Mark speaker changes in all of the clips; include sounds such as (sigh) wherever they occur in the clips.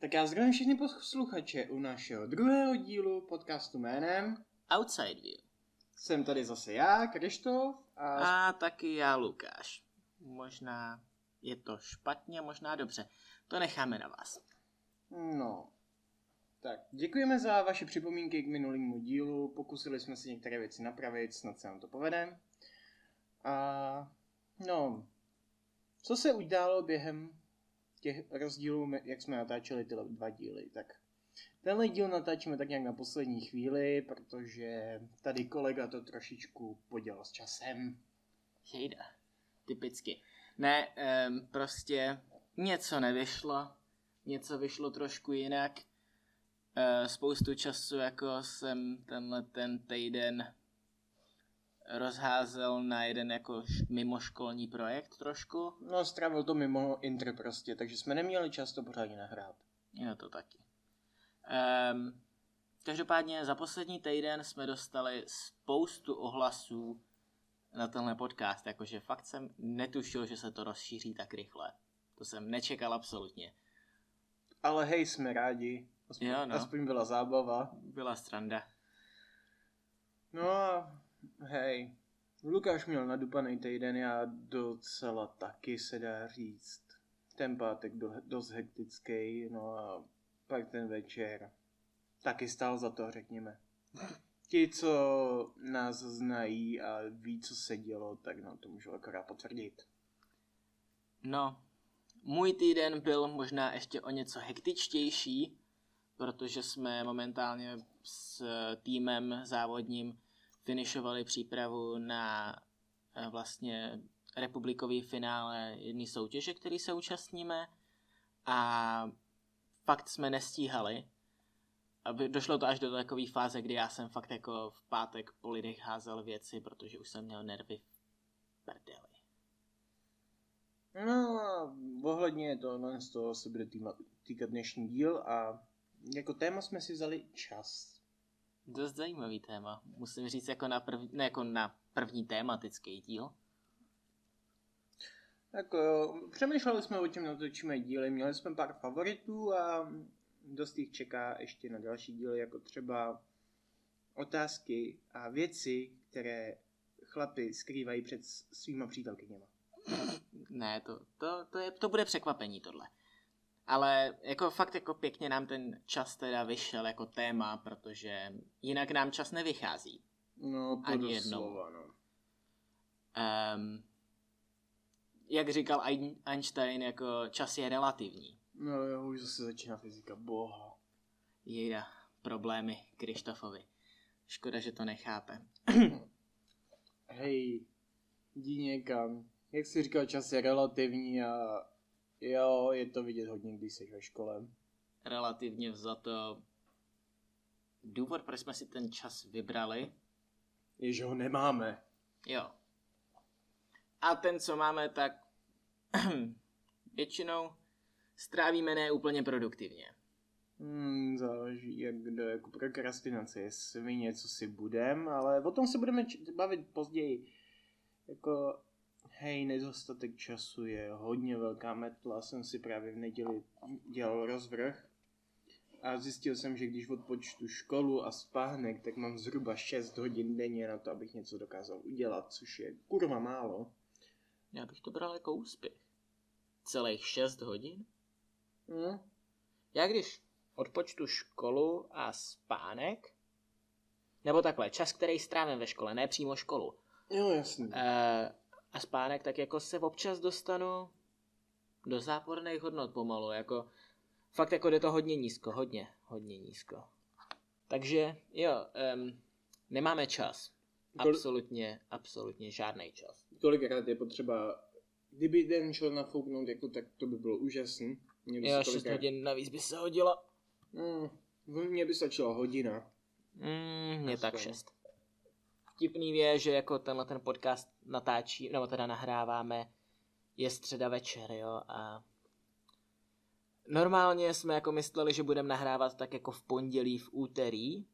Speaker 1: Tak já zdravím všechny posluchače u našeho druhého dílu podcastu jménem.
Speaker 2: Outside View.
Speaker 1: Jsem tady zase já, Krištof. A... a...
Speaker 2: A taky já, Lukáš. Možná je to špatně, možná dobře. To necháme na vás.
Speaker 1: No. Tak, děkujeme za vaše připomínky k minulému dílu. Pokusili jsme si některé věci napravit, snad se nám to povede. A no, co se událo během těch rozdílů, me- jak jsme natáčeli tyhle dva díly, tak tenhle díl natáčíme tak nějak na poslední chvíli, protože tady kolega to trošičku podělal s časem.
Speaker 2: Hejda. Typicky. Ne, um, prostě něco nevyšlo. Něco vyšlo trošku jinak. Eh, spoustu času jako jsem tenhle ten týden rozházel na jeden jako š- mimoškolní projekt trošku.
Speaker 1: No, strávil to mimo intro prostě, takže jsme neměli čas to pořádně nahrát.
Speaker 2: Jo, to taky. Um, každopádně za poslední týden jsme dostali spoustu ohlasů na tenhle podcast, jakože fakt jsem netušil, že se to rozšíří tak rychle. To jsem nečekal absolutně.
Speaker 1: Ale hej, jsme rádi. Aspoň,
Speaker 2: Jo, no.
Speaker 1: aspoň byla zábava.
Speaker 2: Byla stranda.
Speaker 1: No a hej, Lukáš měl nadupaný týden, já docela taky se dá říct. Ten pátek byl he- dost hektický, no a pak ten večer taky stál za to, řekněme. Ti, co nás znají a ví, co se dělo, tak no, to můžu akorát potvrdit.
Speaker 2: No, můj týden byl možná ještě o něco hektičtější, protože jsme momentálně s týmem závodním finišovali přípravu na eh, vlastně republikový finále jedné soutěže, který se účastníme a fakt jsme nestíhali. Aby došlo to až do takové fáze, kdy já jsem fakt jako v pátek po lidech házel věci, protože už jsem měl nervy v prdeli.
Speaker 1: No a ohledně tohle z toho se bude týma- týkat dnešní díl a jako téma jsme si vzali čas.
Speaker 2: Dost zajímavý téma. Musím říct jako na, prv, ne, jako na první tématický díl.
Speaker 1: Tak jo, přemýšleli jsme o čem natočíme díly, měli jsme pár favoritů a dost jich čeká ještě na další díly, jako třeba otázky a věci, které chlapy skrývají před s- svýma přítelkyněma.
Speaker 2: Ne, to, to, to, je, to bude překvapení tohle. Ale jako fakt jako pěkně nám ten čas teda vyšel jako téma, protože jinak nám čas nevychází.
Speaker 1: No, to
Speaker 2: Ani
Speaker 1: doslova, no.
Speaker 2: Um, jak říkal Ein- Einstein, jako čas je relativní.
Speaker 1: No jo, už zase začíná fyzika, boha.
Speaker 2: Jejda, problémy Krištofovi. Škoda, že to nechápe.
Speaker 1: Hm. Hej, jdi někam. Jak jsi říkal, čas je relativní a jo, je to vidět hodně, když jsi ve škole.
Speaker 2: relativně vzato důvod, proč jsme si ten čas vybrali.
Speaker 1: Je, že ho nemáme.
Speaker 2: Jo. A ten, co máme, tak (clears throat) většinou strávíme ne úplně produktivně.
Speaker 1: Hmm, záleží, jak kdo, jako prokrastinace je svině, co si budem, ale o tom se budeme č- bavit později. Jako, hej, nedostatek času je hodně velká metla, jsem si právě v neděli dělal rozvrh a zjistil jsem, že když odpočtu školu a spánek, tak mám zhruba 6 hodin denně na to, abych něco dokázal udělat, což je kurva málo.
Speaker 2: Já bych to bral jako úspěch. Celých 6 hodin?
Speaker 1: Hm?
Speaker 2: Já když odpočtu školu a spánek, nebo takhle, čas, který strávím ve škole, ne přímo školu,
Speaker 1: Jo, jasný.
Speaker 2: Eh, a spánek, tak jako se občas dostanu do záporných hodnot pomalu, jako fakt jako jde to hodně nízko, hodně, hodně nízko. Takže jo, um, nemáme čas.
Speaker 1: Kol-
Speaker 2: Absolutně, absolutně žádný čas.
Speaker 1: kolikrát je potřeba, kdyby den šel nafouknout, jako, tak to by bylo úžasný. Mně by,
Speaker 2: Jo,
Speaker 1: se
Speaker 2: 6
Speaker 1: kolikrát,
Speaker 2: hodin navíc by se hodilo.
Speaker 1: no, mně by stačila hodina.
Speaker 2: Mm, je tak
Speaker 1: Aspoň.
Speaker 2: 6. Vtipný je, že jako tenhle ten podcast natáčí, nebo teda nahráváme, je středa večer, jo, a normálně jsme jako mysleli, že budeme nahrávat tak jako v pondělí, v úterý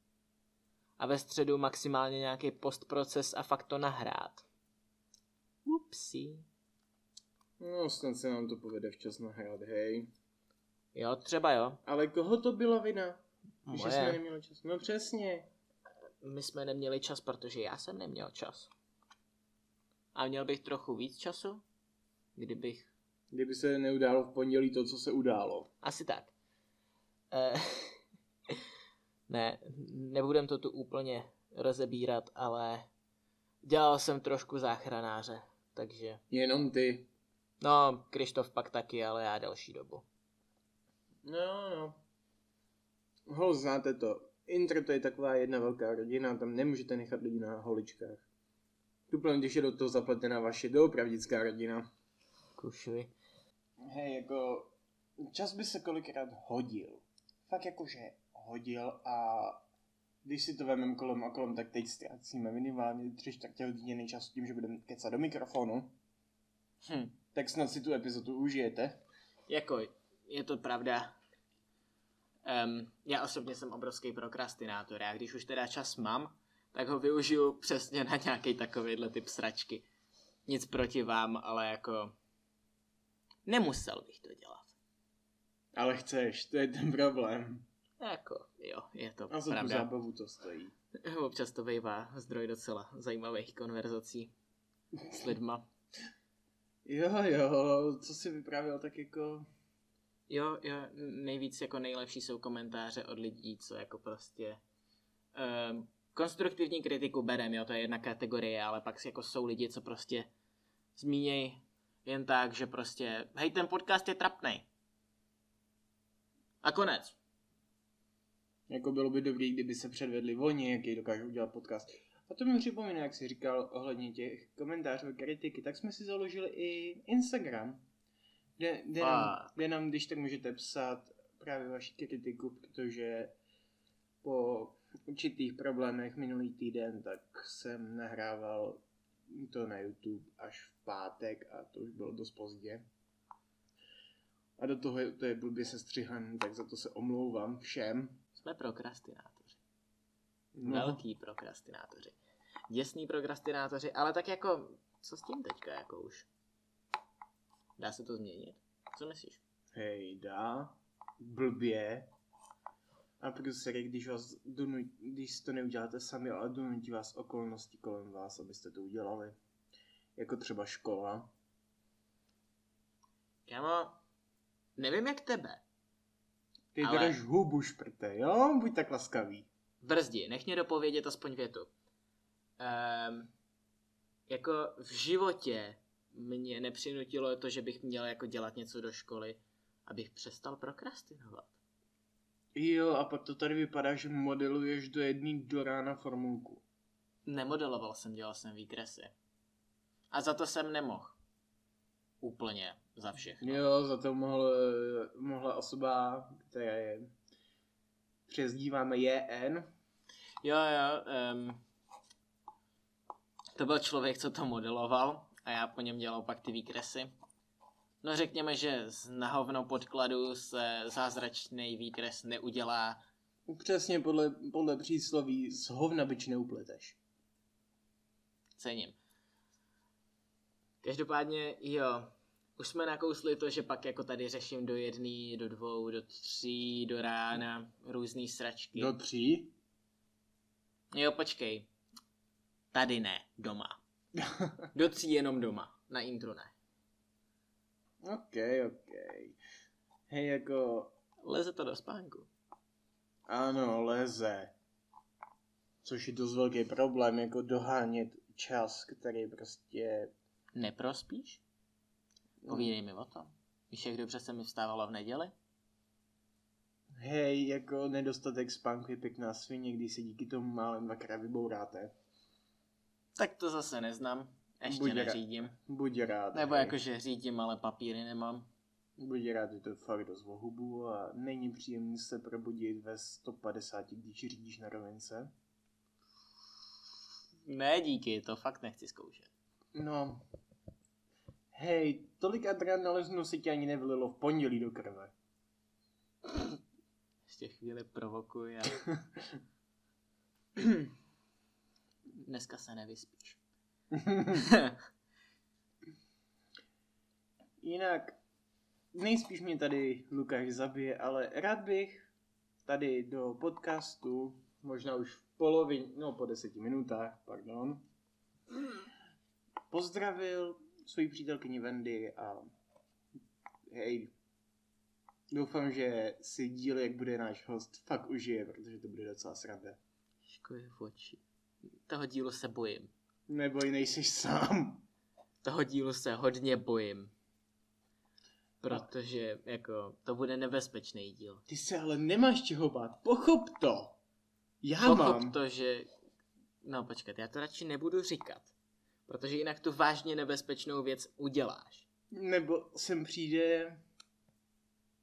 Speaker 2: a ve středu maximálně nějaký postproces a fakt to nahrát. Upsí.
Speaker 1: No, snad se nám to povede včas nahrát, hej.
Speaker 2: Jo, třeba jo.
Speaker 1: Ale koho to byla vina? Že jsme
Speaker 2: Moje.
Speaker 1: neměli čas. No přesně.
Speaker 2: My jsme neměli čas, protože já jsem neměl čas. A měl bych trochu víc času, kdybych
Speaker 1: Kdyby se neudálo v pondělí to, co se událo.
Speaker 2: Asi tak. Eh, (laughs) ne, nebudem to tu úplně rozebírat, ale dělal jsem trošku záchranáře, takže...
Speaker 1: Jenom ty.
Speaker 2: No, Krištof pak taky, ale já další dobu.
Speaker 1: No, no. Hol, znáte to. Intro to je taková jedna velká rodina, tam nemůžete nechat lidi na holičkách. Tuplně, když je do toho zapletená vaše doopravdická rodina.
Speaker 2: Kušuj.
Speaker 1: Hej, jako čas by se kolikrát hodil. Fakt jakože hodil a když si to vememe kolem a kolem, tak teď ztrácíme minimálně tři čtvrtě hodiny času tím, že budeme kecat do mikrofonu.
Speaker 2: Hm.
Speaker 1: Tak snad si tu epizodu užijete.
Speaker 2: Jako, je to pravda. Um, já osobně jsem obrovský prokrastinátor a když už teda čas mám, tak ho využiju přesně na nějaký takovýhle typ sračky. Nic proti vám, ale jako... Nemusel bych to dělat.
Speaker 1: Ale chceš, to je ten problém.
Speaker 2: Jako, jo, je to
Speaker 1: A za tu
Speaker 2: pravda.
Speaker 1: zábavu to stojí.
Speaker 2: Občas to bývá zdroj docela zajímavých konverzací s lidma.
Speaker 1: Jo, jo, co si vyprávěl, tak jako...
Speaker 2: Jo, jo, nejvíc jako nejlepší jsou komentáře od lidí, co jako prostě... Um, konstruktivní kritiku berem, jo, to je jedna kategorie, ale pak jako jsou lidi, co prostě zmíněj jen tak, že prostě, hej, ten podcast je trapnej. A konec.
Speaker 1: Jako bylo by dobrý, kdyby se předvedli oni, jaký dokážou udělat podcast. A to mi připomíná, jak jsi říkal ohledně těch komentářů a kritiky, tak jsme si založili i Instagram, kde, kde, nám,
Speaker 2: Fuck.
Speaker 1: kde nám, když tak můžete psát právě vaši kritiku, protože po určitých problémech minulý týden, tak jsem nahrával to na YouTube až v pátek a to už bylo dost pozdě. A do toho je, to je blbě sestřihaný, tak za to se omlouvám všem.
Speaker 2: Jsme prokrastinátoři.
Speaker 1: No.
Speaker 2: Velký prokrastinátoři. Děsný prokrastinátoři, ale tak jako, co s tím teďka jako už? Dá se to změnit? Co myslíš?
Speaker 1: Hejda, blbě. A prostě, když, vás donu, když to neuděláte sami, ale donutí vás okolnosti kolem vás, abyste to udělali. Jako třeba škola.
Speaker 2: Kámo, nevím jak tebe.
Speaker 1: Ty
Speaker 2: Ale-
Speaker 1: ale... drž hubu šprte, jo? Buď tak laskavý.
Speaker 2: Brzdi, nech mě dopovědět aspoň větu. Um, jako v životě mě nepřinutilo to, že bych měl jako dělat něco do školy, abych přestal prokrastinovat.
Speaker 1: Jo, a pak to tady vypadá, že modeluješ do jedné do rána formulku.
Speaker 2: Nemodeloval jsem, dělal jsem výkresy. A za to jsem nemohl. Úplně za všechno.
Speaker 1: Jo, za to mohl, mohla osoba, která je přezdíváme JN,
Speaker 2: Jo, jo. Um, to byl člověk, co to modeloval a já po něm dělal pak ty výkresy. No řekněme, že z nahovnou podkladu se zázračný výkres neudělá.
Speaker 1: přesně podle, podle přísloví z hovna byč neupleteš.
Speaker 2: Cením. Každopádně, jo, už jsme nakousli to, že pak jako tady řeším do jedné, do dvou, do tří, do rána, různé sračky.
Speaker 1: Do tří?
Speaker 2: Jo, počkej. Tady ne, doma. Do tří jenom doma, na intro ne.
Speaker 1: OK, OK. Hej, jako...
Speaker 2: Leze to do spánku.
Speaker 1: Ano, leze. Což je dost velký problém, jako dohánět čas, který prostě...
Speaker 2: Neprospíš? Povídej mi o tom. Víš, jak dobře se mi vstávalo v neděli?
Speaker 1: Hej, jako nedostatek spánku je pěkná svině, když se díky tomu málem dvakrát vybouráte.
Speaker 2: Tak to zase neznám. Ještě
Speaker 1: Buď rád.
Speaker 2: neřídím.
Speaker 1: Buď rád.
Speaker 2: Nebo
Speaker 1: hej.
Speaker 2: jakože řídím, ale papíry nemám.
Speaker 1: Buď rád, je to fakt dost o hubu a není příjemný se probudit ve 150, když řídíš na rovince.
Speaker 2: Ne, díky, to fakt nechci zkoušet.
Speaker 1: No. Hej, tolik adrenalinu se ti ani nevylilo v pondělí do krve.
Speaker 2: Ještě chvíli provokuji (clears throat) a... Dneska se (laughs) nevyspíš.
Speaker 1: Jinak, nejspíš mě tady Lukáš zabije, ale rád bych tady do podcastu, možná už v polovině, no po deseti minutách, pardon, pozdravil svoji přítelkyni Wendy a hej, doufám, že si díl, jak bude náš host, fakt užije, protože to bude docela sranda.
Speaker 2: Škoje v oči. Toho dílu se bojím.
Speaker 1: Nebo i nejsi sám.
Speaker 2: Toho dílu se hodně bojím. Protože jako to bude nebezpečný díl.
Speaker 1: Ty se ale nemáš čeho bát, pochop to. Já mám.
Speaker 2: Pochop to, že... No počkat, já to radši nebudu říkat. Protože jinak tu vážně nebezpečnou věc uděláš.
Speaker 1: Nebo sem přijde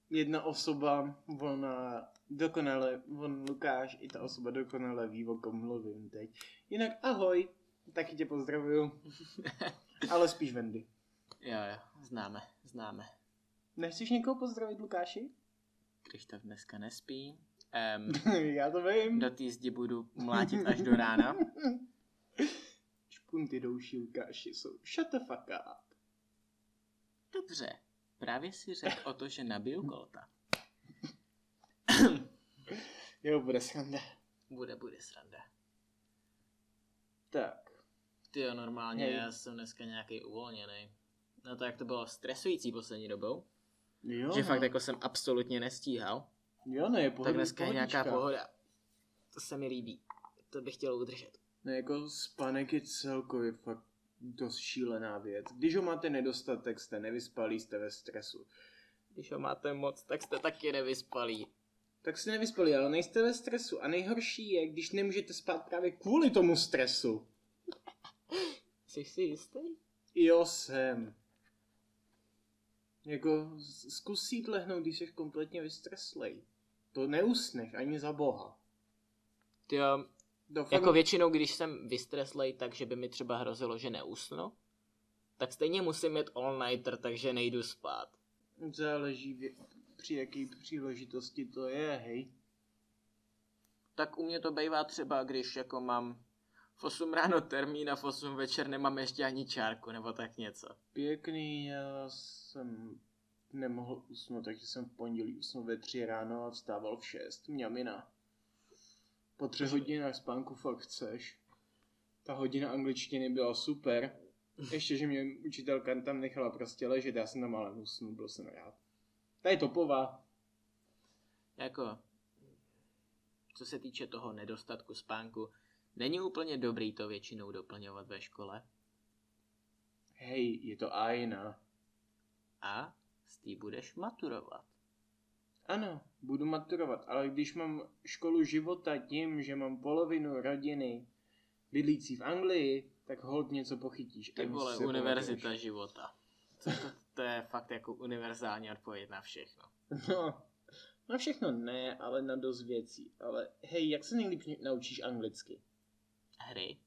Speaker 1: jedna osoba, ona dokonale, on Lukáš, i ta osoba dokonale ví, o kom mluvím teď. Jinak ahoj, taky tě
Speaker 2: (laughs)
Speaker 1: pozdravuju. Ale spíš Wendy.
Speaker 2: Jo, jo, známe, známe.
Speaker 1: Nechceš někoho pozdravit, Lukáši? (laughs)
Speaker 2: Krištof dneska nespí. (laughs) Um,
Speaker 1: Já to vím.
Speaker 2: do té zdi budu mlátit až do rána.
Speaker 1: Špunty douší Lukáši jsou shut the fuck up.
Speaker 2: Dobře, právě si řekl o to, že nabiju kolta.
Speaker 1: Jo, bude sranda.
Speaker 2: Bude, bude sranda.
Speaker 1: Tak.
Speaker 2: Ty jo, normálně
Speaker 1: Hej.
Speaker 2: já jsem dneska nějaký uvolněný. No to jak to bylo stresující poslední dobou,
Speaker 1: Jo,
Speaker 2: že
Speaker 1: no.
Speaker 2: fakt jako jsem absolutně nestíhal,
Speaker 1: Jo, no je pohodlí,
Speaker 2: tak dneska je nějaká
Speaker 1: pohodička.
Speaker 2: pohoda. To se mi líbí. To bych chtěl udržet.
Speaker 1: No jako spánek je celkově fakt dost šílená věc. Když ho máte nedostatek, jste nevyspalí, jste ve stresu.
Speaker 2: Když ho máte moc, tak jste taky nevyspalí.
Speaker 1: Tak jste nevyspalí, ale nejste ve stresu. A nejhorší je, když nemůžete spát právě kvůli tomu stresu.
Speaker 2: Jsi si jistý?
Speaker 1: Jo, jsem. Jako z- zkus jít lehnout, když jsi kompletně vystreslej. To neusneš ani za boha.
Speaker 2: Ty jo,
Speaker 1: To fakt...
Speaker 2: jako většinou, když jsem vystreslej, takže by mi třeba hrozilo, že neusnu, tak stejně musím jet all-nighter, takže nejdu spát.
Speaker 1: Záleží vě... při jaký příležitosti to je, hej.
Speaker 2: tak u mě to bývá třeba, když jako mám v 8 ráno termín a v 8 večer nemám ještě ani čárku nebo tak něco.
Speaker 1: Pěkný, já jsem nemohl usnout, takže jsem v pondělí usnul ve tři ráno a vstával v šest. Mňamina. Po tři hodinách spánku fakt chceš. Ta hodina angličtiny byla super. Ještě, že mě učitelka tam nechala prostě ležet, já jsem tam ale usnul, byl jsem rád. Ta je topová.
Speaker 2: Jako, co se týče toho nedostatku spánku, není úplně dobrý to většinou doplňovat ve škole
Speaker 1: Hej, je to ajna.
Speaker 2: a z té budeš maturovat.
Speaker 1: Ano, budu maturovat, ale když mám školu života tím, že mám polovinu rodiny bydlící v Anglii, tak hold něco pochytíš.
Speaker 2: Ty
Speaker 1: Ani
Speaker 2: vole,
Speaker 1: se
Speaker 2: univerzita
Speaker 1: pamatuješ.
Speaker 2: života. To, to, to je fakt jako univerzální odpověď na všechno.
Speaker 1: No, na všechno ne, ale na dost věcí. Ale hej, jak se nejlíp ně- naučíš anglicky?
Speaker 2: Hry?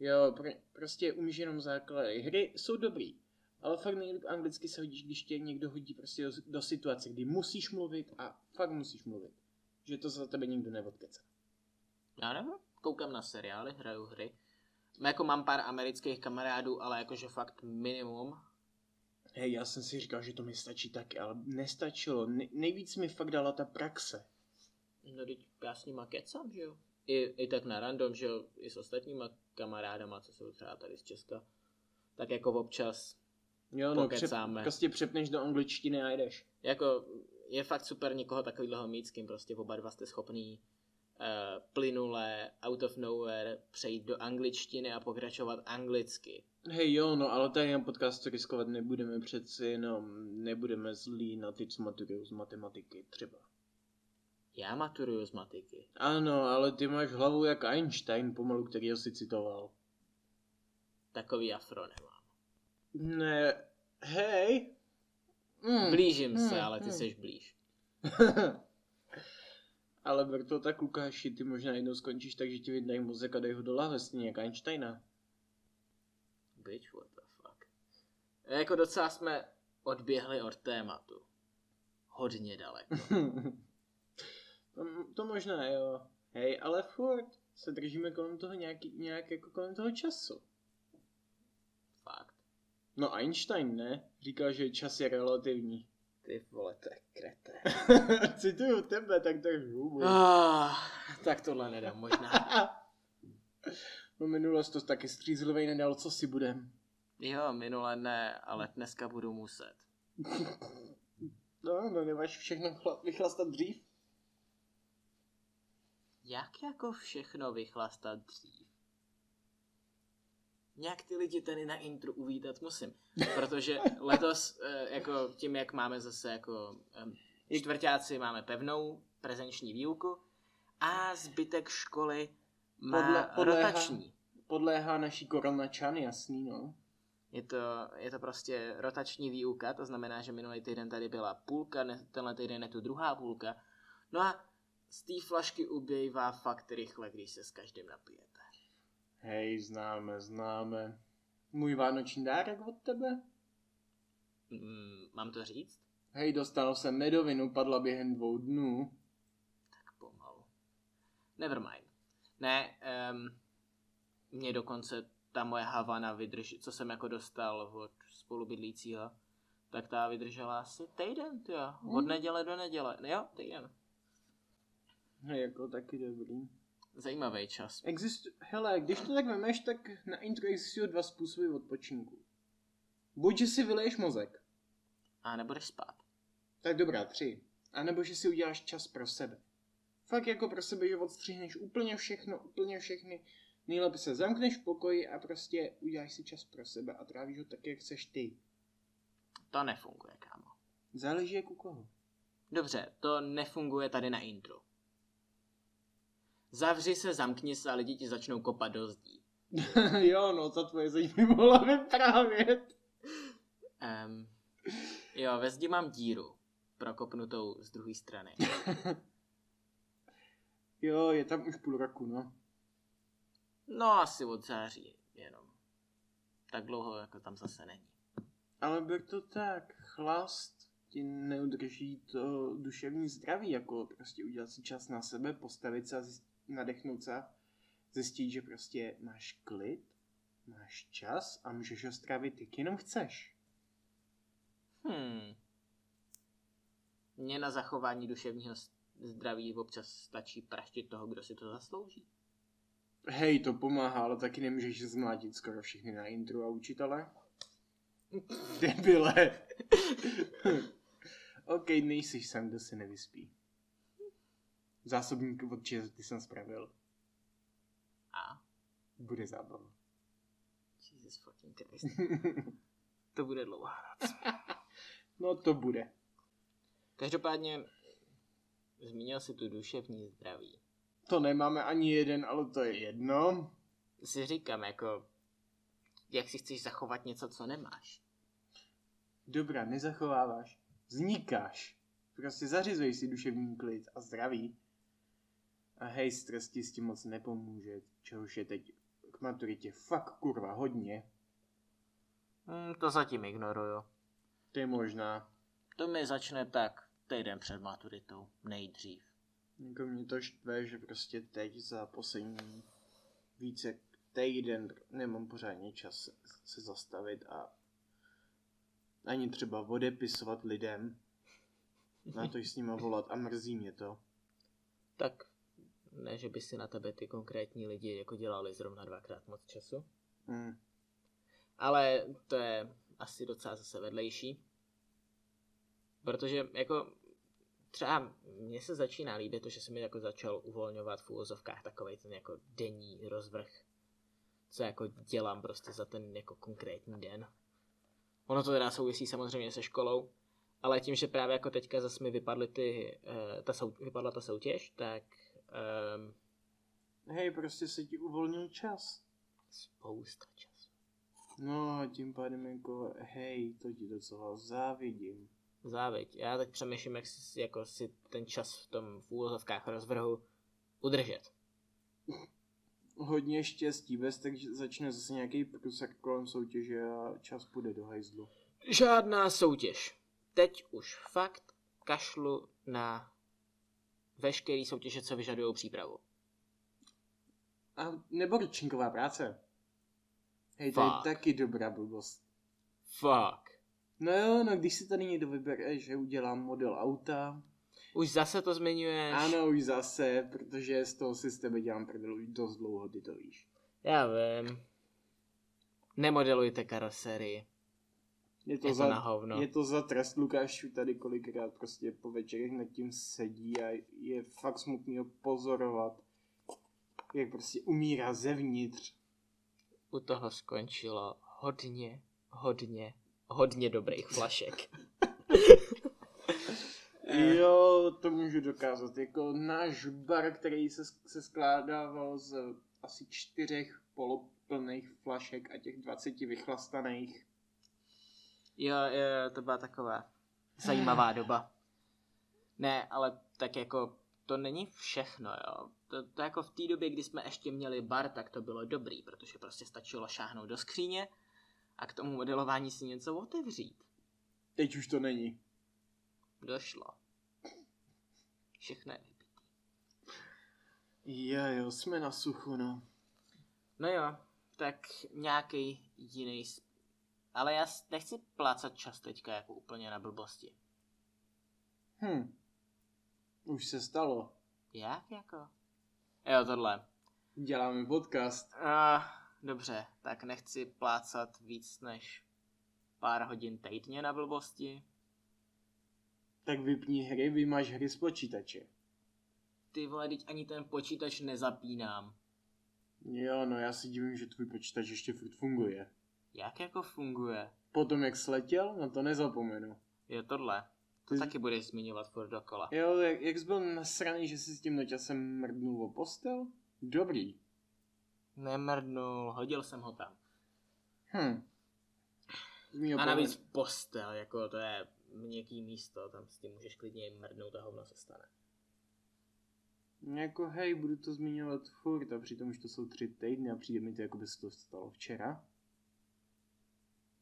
Speaker 1: Jo, pr- prostě umíš jenom základy. Hry jsou dobrý, ale fakt nejlíp anglicky se hodíš, když tě někdo hodí prostě do, do situace, kdy musíš mluvit a fakt musíš mluvit. Že to za tebe nikdo neodkecá.
Speaker 2: Já nevím, koukám na seriály, hraju hry. Jako mám pár amerických kamarádů, ale jakože fakt minimum.
Speaker 1: Hej, já jsem si říkal, že to mi stačí taky, ale nestačilo. Ne- nejvíc mi fakt dala ta praxe.
Speaker 2: No teď já s nima kecám, že jo? I, I tak na random, že jo? I s ostatníma kamarádama, co jsou třeba tady z Česka. Tak jako občas,
Speaker 1: Jo, no,
Speaker 2: Pokecáme.
Speaker 1: prostě přepneš do angličtiny a jdeš.
Speaker 2: jako je fakt super někoho takového mít, s kým prostě oba dva jste schopný uh, plynule, out of nowhere, přejít do angličtiny a pokračovat anglicky.
Speaker 1: Hej, jo, no, ale tady na podcastu riskovat nebudeme přeci, jenom nebudeme zlí na ty, co maturují z matematiky, třeba.
Speaker 2: Já maturuju z matiky.
Speaker 1: Ano, ale ty máš hlavu jak Einstein, pomalu, který ho si citoval.
Speaker 2: Takový afro nemám.
Speaker 1: Ne, hej. Mm. (laughs)
Speaker 2: Blížím se,
Speaker 1: hmm,
Speaker 2: ale ty
Speaker 1: hmm.
Speaker 2: seš blíž.
Speaker 1: ale ber to tak, Lukáši, ty možná jednou skončíš tak, že ti vydají mozek a dají ho do lahve, stejně jak Einsteina.
Speaker 2: Bitch, what the fuck. Jako docela jsme odběhli od tématu. Hodně daleko.
Speaker 1: (coughs) to, Hm, to možná jo. Hej, ale furt se držíme kolem toho nějaký, nějak jako kolem toho času.
Speaker 2: Fakt.
Speaker 1: No Einstein ne, říkal, že čas je relativní. (laughs)
Speaker 2: Ty vole, to je krete.
Speaker 1: Cituju tebe, tak to je hůbu.
Speaker 2: Ah, tak tohle nedám možná.
Speaker 1: Ah. No minulost to taky střízlivej nedal, co si budem.
Speaker 2: Jo, minule ne, ale dneska budu muset.
Speaker 1: (laughs) No, no nemáš všechno chla- vychlastat dřív?
Speaker 2: Jak jako všechno vychlastat dřív? Nějak ty lidi tady na intro uvítat musím, protože letos, eh, jako tím, jak máme zase jako eh, čtvrtáci, máme pevnou prezenční výuku a zbytek školy má
Speaker 1: Podle- podléhá-
Speaker 2: rotační.
Speaker 1: Podléhá naší korona Chan, jasný, no.
Speaker 2: Je to, je to prostě rotační výuka, to znamená, že minulý týden tady byla půlka, ne, tenhle týden je tu druhá půlka. No a z té flašky ubývá fakt rychle, když se s každým napijete.
Speaker 1: Hej, známe, známe. Můj vánoční dárek od tebe?
Speaker 2: Mm, mám to říct?
Speaker 1: Hej, dostal jsem medovinu, padla během dvou dnů.
Speaker 2: Tak pomalu. Nevermind. Ne, um, mě dokonce ta moje havana vydrž, co jsem jako dostal od spolubydlícího, tak ta vydržela asi týden, jo. Od
Speaker 1: Mm.
Speaker 2: neděle do neděle. No jo, týden.
Speaker 1: Hej, jako taky dobrý.
Speaker 2: Zajímavý čas.
Speaker 1: Exist... Hele, když to tak vemeš, tak na intro existují dva způsoby odpočinku. Buď, že si vyleješ mozek,
Speaker 2: A nebudeš spát.
Speaker 1: tak dobrá, tři. A nebo, že si uděláš čas pro sebe. Fakt jako pro sebe, že odstřihneš úplně všechno, úplně všechny. Nejlépe se zamkneš v pokoji a prostě uděláš si čas pro sebe a trávíš ho tak, jak chceš ty.
Speaker 2: To nefunguje, kámo.
Speaker 1: Záleží jak u koho.
Speaker 2: Dobře, to nefunguje tady na intro. Zavři se, zamkni se a lidi ti začnou kopat do zdí.
Speaker 1: (laughs) jo, no, ta tvoje zeď mi mohla vyprávět.
Speaker 2: Um, jo, ve zdi mám díru, prokopnutou z druhé strany.
Speaker 1: Jo, je tam už půl roku, no.
Speaker 2: No, asi od září jenom. Tak dlouho jako tam zase není.
Speaker 1: Ale ber to tak, chlast ti neudrží to duševní zdraví, jako prostě udělat si čas na sebe, postavit se a zjist, nadechnout se a zjistit, že prostě máš klid, máš čas a můžeš ho strávit, jak jenom chceš.
Speaker 2: Hmm. Mně na zachování duševního s- zdraví občas stačí praštit toho, kdo si to zaslouží.
Speaker 1: Hej, to pomáhá, ale taky nemůžeš zmlátit skoro všechny na intro a učitele. Debile. (laughs) OK, nejsi sem, kdo se nevyspí. Zásobník od ČS, ty jsem spravil.
Speaker 2: A?
Speaker 1: Bude zábava.
Speaker 2: Jesus fucking Christ. To bude dlouhá.
Speaker 1: no to bude.
Speaker 2: Každopádně zmínil si tu duševní zdraví.
Speaker 1: To nemáme ani jeden, ale to je jedno.
Speaker 2: Si říkám, jako, jak si chceš zachovat něco, co nemáš.
Speaker 1: Dobrá, nezachováváš. Vznikáš. Prostě zařizuj si duševní klid a zdraví. A hej, stres ti s tím moc nepomůže, čehož je teď k maturitě fakt kurva hodně.
Speaker 2: Hmm, to zatím ignoruju.
Speaker 1: To je možná.
Speaker 2: To mi začne tak týden před maturitou, nejdřív. (laughs)
Speaker 1: Jako mě to štve, že prostě teď za poslední více jak týden nemám pořádně čas se- se zastavit a ani třeba odepisovat lidem, na to s nima volat a mrzí mě to.
Speaker 2: Tak ne, že by si na tebe ty konkrétní lidi jako dělali zrovna dvakrát moc času.
Speaker 1: Mm.
Speaker 2: Ale to je asi docela zase vedlejší. Protože jako třeba mně se začíná líbit to, že se mi jako začal uvolňovat v úvozovkách takový ten jako denní rozvrh, co jako dělám prostě za ten jako konkrétní den. Ono to teda souvisí samozřejmě se školou, ale tím, že právě jako teďka zase mi vypadly ty, eh, ta sou, vypadla ta soutěž, tak um,
Speaker 1: Hej, prostě se ti uvolnil čas.
Speaker 2: spousta času.
Speaker 1: No, tím pádem jako, hej, to ti docela závidím.
Speaker 2: Závěť. Já teď přemýšlím, jak si, jako si ten čas v tom v úvozovkách rozvrhu udržet.
Speaker 1: Hodně štěstí, bez tak že začne zase nějaký průsak kolem soutěže a čas půjde do hajzlu.
Speaker 2: Žádná soutěž. Teď už fakt kašlu na veškerý soutěže, co vyžadují přípravu.
Speaker 1: A nebo ročníková práce. Hej, to je
Speaker 2: Fuck.
Speaker 1: taky dobrá blbost.
Speaker 2: Fuck.
Speaker 1: No jo, no když si tady někdo vybere, že udělám model auta.
Speaker 2: Už zase to zmiňuješ.
Speaker 1: Ano, už zase, protože z toho si s tebe dělám prdelu už dost dlouho, ty to víš.
Speaker 2: Já vím. Nemodelujte karoserii.
Speaker 1: Je to,
Speaker 2: Je to
Speaker 1: za,
Speaker 2: na hovno.
Speaker 1: je to za trest Lukášů tady kolikrát prostě po večerech nad tím sedí a je fakt smutný ho pozorovat, jak prostě umírá zevnitř.
Speaker 2: U toho skončilo hodně, hodně, hodně dobrých flašek. Eh.
Speaker 1: Jo, to můžu dokázat. Jako náš bar, který se, se skládával z asi čtyřech poloplných flašek a těch 20 vychlastaných.
Speaker 2: (laughs) Jo, jo, to byla taková zajímavá doba. Ne, ale tak jako to není všechno, jo. To, to jako v té době, kdy jsme ještě měli bar, tak to bylo dobrý, protože prostě stačilo šáhnout do skříně a k tomu modelování si něco otevřít.
Speaker 1: Teď už to není.
Speaker 2: Došlo. Všechno je vypít.
Speaker 1: Jo, jo, jsme na suchu, no.
Speaker 2: No jo, tak nějaký jiný. s- Ale já s- nechci plácat čas teďka jako úplně na blbosti.
Speaker 1: Hm. Už se stalo.
Speaker 2: Jak jako? Jo, tohle.
Speaker 1: Děláme podcast.
Speaker 2: Uh, dobře, tak nechci plácat víc než pár hodin týdně na blbosti.
Speaker 1: Tak vypni hry, vy máš hry z počítače.
Speaker 2: Ty vole, teď ani ten počítač nezapínám.
Speaker 1: Jo, no já si divím, že tvůj počítač ještě furt funguje.
Speaker 2: Jak jako funguje?
Speaker 1: Potom jak sletěl, na to nezapomenu.
Speaker 2: Jo, tohle. To
Speaker 1: Ty-
Speaker 2: taky budeš zmiňovat furt dokola.
Speaker 1: Jo, jak, jak jsi byl nasraný, že jsi s tím noťasem mrdnul o postel? Dobrý.
Speaker 2: Nemrdnul, hodil jsem ho tam.
Speaker 1: Hm. Měl
Speaker 2: A navíc postel, jako to je měkký místo, tam s tím můžeš klidně mrdnout a hovno se stane.
Speaker 1: Jako hej, budu to zmiňovat furt a přitom už to jsou tři týdny a přijde mi to, jako by se to stalo včera.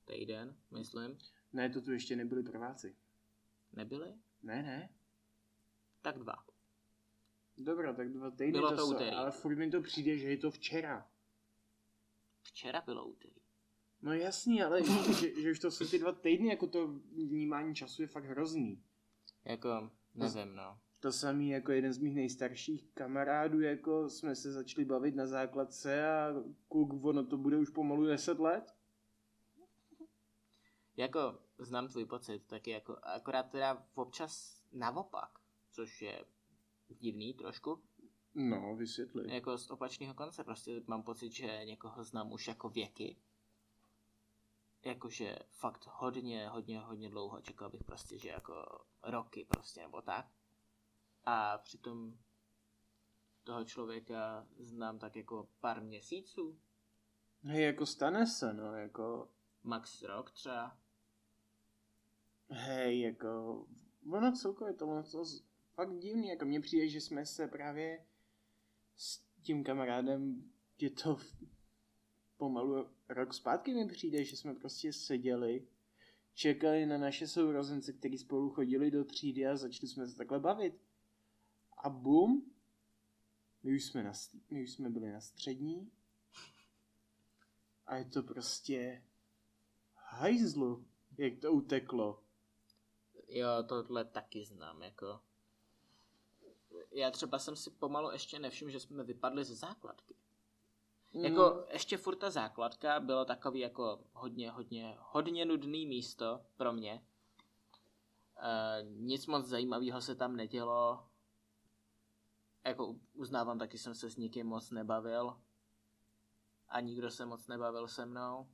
Speaker 2: Týden, myslím.
Speaker 1: Ne, to tu ještě nebyli prváci.
Speaker 2: Nebyli?
Speaker 1: Ne, ne.
Speaker 2: Tak dva.
Speaker 1: Dobrá, tak dva týdny
Speaker 2: Bylo to
Speaker 1: jsou,
Speaker 2: úterý.
Speaker 1: ale furt mi to přijde, že je to včera.
Speaker 2: Včera bylo úterý.
Speaker 1: No jasný, ale že, že, už to jsou ty dva týdny, jako to vnímání času je fakt hrozný.
Speaker 2: Jako, nevím no.
Speaker 1: To samý jako jeden z mých nejstarších kamarádů, jako jsme se začali bavit na základce a kluk, ono to bude už pomalu 10 let.
Speaker 2: Jako, znám tvůj pocit, taky jako, akorát teda občas naopak, což je divný trošku,
Speaker 1: No, vysvětli.
Speaker 2: jako z opačného konce, prostě mám pocit, že někoho znám už jako věky, jakože fakt hodně, hodně, hodně dlouho, čekal bych prostě, že jako roky prostě, nebo tak, a přitom toho člověka znám tak jako pár měsíců,
Speaker 1: Hej, jako stane se, no, jako,
Speaker 2: max rok třeba,
Speaker 1: hej, jako, ono celkově tohle to z- fakt divný, jako mně přijde, že jsme se právě s tím kamarádem, je to v- pomalu rok zpátky mi přijde, že jsme prostě seděli, čekali na naše sourozence, kteří spolu chodili do třídy a začali jsme se takhle bavit. A bum, my už jsme, na, st- my už jsme byli na střední a je to prostě hajzlu, jak to uteklo.
Speaker 2: Jo, tohle taky znám, jako. Já třeba jsem si pomalu ještě nevšiml, že jsme vypadli ze základky.
Speaker 1: Mhm.
Speaker 2: Mm. Jako ještě furt ta základka bylo takový jako hodně, hodně, hodně nudný místo pro mě. E, nic moc zajímavého se tam nedělo. Jako u- uznávám, taky jsem se s nikým moc nebavil. A nikdo se moc nebavil se mnou.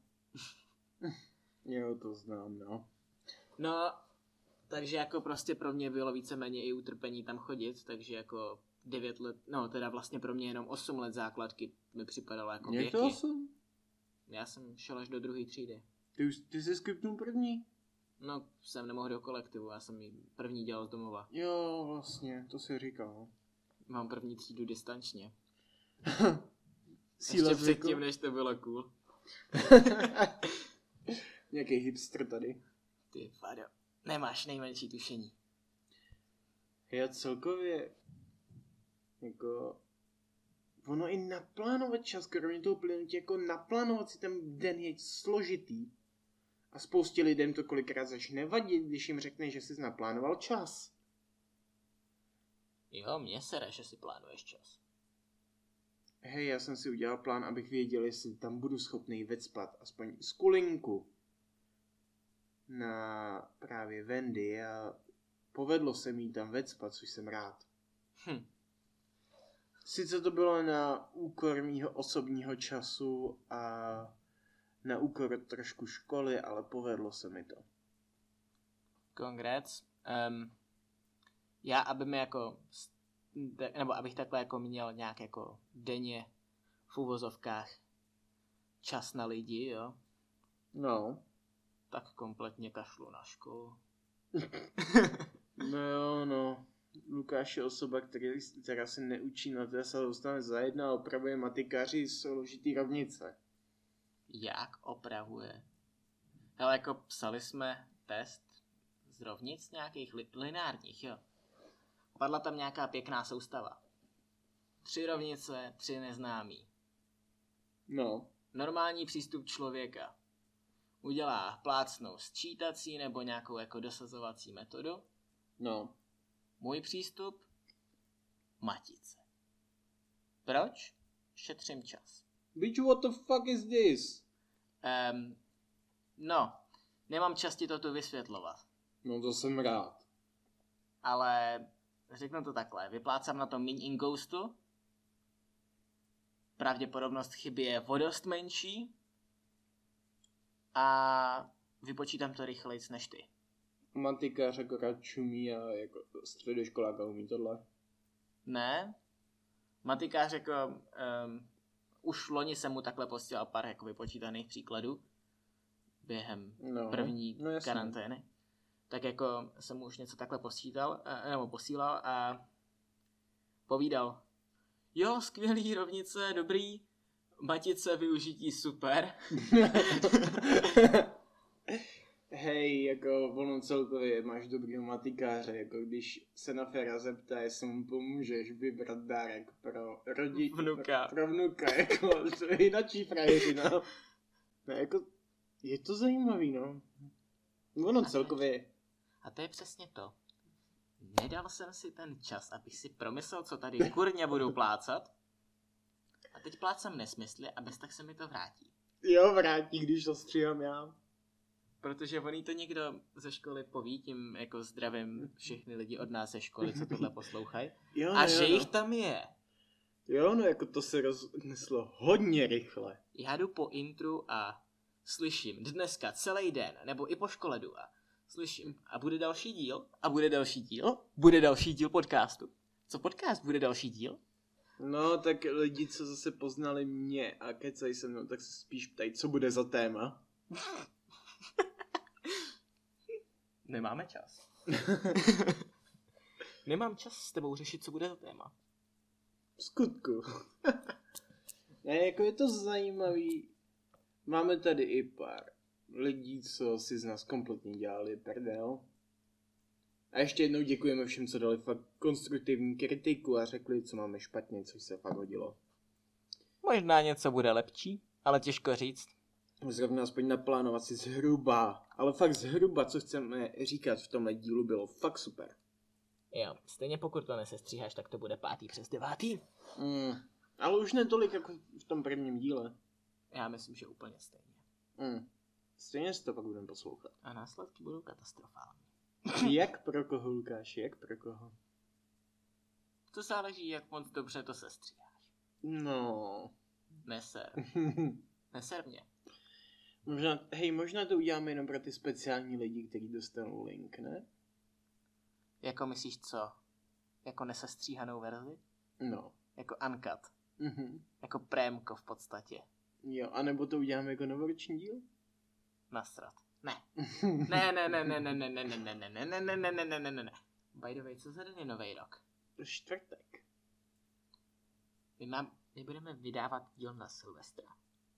Speaker 1: Jo, to znám, no.
Speaker 2: No, takže jako prostě pro mě bylo víceméně i utrpení tam chodit, takže jako 9 let, no teda vlastně pro mě jenom 8 let základky mi připadalo jako
Speaker 1: Jak
Speaker 2: věky.
Speaker 1: to osm?
Speaker 2: Já jsem šel až do druhé třídy.
Speaker 1: Ty, už, ty jsi skipnul první?
Speaker 2: No, jsem nemohl do kolektivu, já jsem ji první dělal z domova.
Speaker 1: Jo, vlastně, to si říkal.
Speaker 2: Mám první třídu distančně.
Speaker 1: Síla
Speaker 2: Ještě
Speaker 1: zvyku.
Speaker 2: předtím, než to bylo cool.
Speaker 1: (laughs) Nějaký hipster tady.
Speaker 2: Ty vado, nemáš nejmenší tušení.
Speaker 1: Já celkově, jako, ono i naplánovat čas, kromě toho plynutí, jako naplánovat si ten den je složitý. A spoustě lidem to kolikrát začne vadit, když jim řekne, že jsi naplánoval čas.
Speaker 2: Jo, mě sere, že si plánuješ čas.
Speaker 1: Hej, já jsem si udělal plán, abych věděl, jestli tam budu schopný vecpat aspoň skulinku na právě Wendy a povedlo se mi tam vecpat, což jsem rád.
Speaker 2: Hm.
Speaker 1: Sice to bylo na úkor mýho osobního času a na úkor trošku školy, ale povedlo se mi to.
Speaker 2: Congrats. Um, já, aby mi jako, s- te- nebo abych takhle jako měl nějak jako denně v uvozovkách čas na lidi, jo,
Speaker 1: No.
Speaker 2: tak kompletně kašlu na školu.
Speaker 1: No jo, no. Lukáš je osoba, který, která se neučí na té se dostane za jedna a opravuje matikaři složitý rovnice.
Speaker 2: Jak opravuje? Hele, jako psali jsme test z rovnic nějakých li- lineárních, jo. Padla tam nějaká pěkná soustava. Tři rovnice, tři neznámý.
Speaker 1: No.
Speaker 2: normální přístup člověka. Udělá plácnou sčítací nebo nějakou jako dosazovací metodu.
Speaker 1: No.
Speaker 2: Můj přístup? Matice. Proč? Šetřím čas.
Speaker 1: Bitch, what the fuck is this?
Speaker 2: Um, no, nemám čas ti to tu vysvětlovat,
Speaker 1: No to jsem rád.
Speaker 2: ale řeknu to takhle. Vyplácám na to míň ingoustu. Pravděpodobnost chyby je o dost menší. A vypočítám to rychleji než ty.
Speaker 1: Matikář akorát čumí a jako středoškoláka umí tohle.
Speaker 2: Ne. Matikář jako, um, už loni jsem mu takhle posílal pár jako vypočítaných příkladů během
Speaker 1: No.
Speaker 2: první
Speaker 1: no, jasně.
Speaker 2: karantény. Tak jako jsem mu už něco takhle posílal, eh, nebo posílal a povídal. Jo, skvělý, rovnice, dobrý, matice, využití, super.
Speaker 1: (laughs) Hej, jako ono celkově máš dobrýho matikáře, jako když se na Fera zeptá, jestli mu pomůžeš vybrat dárek pro rodiče.
Speaker 2: Vnuka.
Speaker 1: Pro, pro vnuka, jako to je jinačí frajeřina. No jako, je to zajímavý, no. Ono celkově,
Speaker 2: A to je přesně to. Nedal jsem si ten čas, abych si promyslel, co tady kurně budu plácat. A teď plácám nesmysly a bez tak se mi to vrátí.
Speaker 1: jo, vrátí, když to stříhám já.
Speaker 2: Protože oný to někdo ze školy poví, tím jako zdravím všechny lidi od nás ze školy, co tohle (laughs) poslouchají.
Speaker 1: Jo,
Speaker 2: A
Speaker 1: no,
Speaker 2: že
Speaker 1: jo,
Speaker 2: jich
Speaker 1: no.
Speaker 2: tam je.
Speaker 1: Jo, no jako to se rozneslo hodně rychle.
Speaker 2: Já jdu po intru a slyším dneska celý den, nebo i po škole jdu a slyším a bude další díl, a bude další díl, bude další díl podcastu. Co podcast, bude další díl?
Speaker 1: No, tak lidi, co zase poznali mě a kecají se mnou, tak se spíš ptají, co bude za téma.
Speaker 2: Nemáme čas. (laughs) Nemám čas s tebou řešit, co bude za téma.
Speaker 1: V skutku. (laughs) ne, jako je to zajímavý. Máme tady i pár lidí, co si z nás kompletně dělali prdel. A ještě jednou děkujeme všem, co dali fakt konstruktivní kritiku a řekli, co máme špatně, což se fakt hodilo.
Speaker 2: Možná něco bude lepší, ale těžko říct.
Speaker 1: Zrovna aspoň naplánovat si zhruba, ale fakt zhruba, co chceme říkat v tomhle dílu, bylo fakt super.
Speaker 2: Jo, stejně pokud to nesestříháš, tak to bude pátý přes devátý.
Speaker 1: Mm. Ale už netolik jako v tom prvním díle.
Speaker 2: Já myslím, že úplně stejně.
Speaker 1: Mm. Stejně si to pak budeme poslouchat.
Speaker 2: A následky budou katastrofální.
Speaker 1: jak pro koho, Lukáš, jak pro koho?
Speaker 2: To záleží, jak moc dobře to sestříháš.
Speaker 1: No.
Speaker 2: Neser. Neser mě.
Speaker 1: (laughs) možná, hej, možná to uděláme jenom pro ty speciální lidi, kteří dostanou link, ne?
Speaker 2: Jako myslíš co? Jako nesestříhanou verzi?
Speaker 1: No.
Speaker 2: Jako uncut.
Speaker 1: Mhm.
Speaker 2: Jako prémko v podstatě.
Speaker 1: jo, anebo to uděláme jako novoroční díl?
Speaker 2: Nasrat. Ne. Ne, ne, ne, ne, ne, ne, ne, ne, ne, ne, ne, ne, ne, ne, ne, ne, ne, ne. By the way, co za den je nový rok?
Speaker 1: (laughs) Čtvrtek.
Speaker 2: My, mám, my budeme vydávat díl na Silvestra.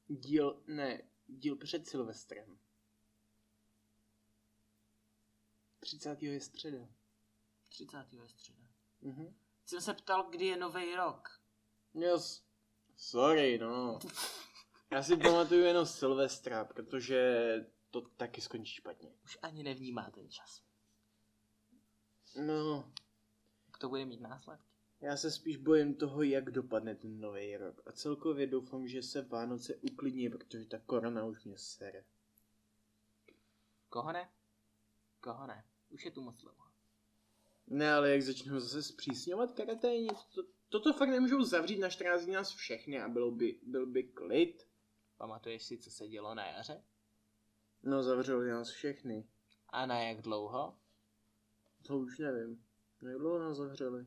Speaker 1: Díl, ne, díl před Silvestrem. 30. je středa.
Speaker 2: 30. je středa.
Speaker 1: Mhm.
Speaker 2: Jsem se ptal, kdy je nový rok.
Speaker 1: Yes. Sorry, no. Já si pamatuju jenom Silvestra, protože to taky skončí špatně.
Speaker 2: Už ani nevnímá ten čas.
Speaker 1: No,
Speaker 2: To bude mít následky.
Speaker 1: já se spíš bojím toho, jak dopadne ten nový rok. A celkově doufám, že se Vánoce uklidní, protože ta korona už mě sere.
Speaker 2: Koho ne? Koho ne? Už je tu moc dlouho.
Speaker 1: Ne, ale jak začnou zase zpřísňovat karantény, to, toto fakt nemůžou zavřít na 14 dní nás všechny a bylo by, byl by klid.
Speaker 2: Pamatuješ si, co se dělo na jaře?
Speaker 1: No, zavřeli nás všechny.
Speaker 2: A na jak dlouho?
Speaker 1: To už nevím. Jak dlouho nás zavřeli?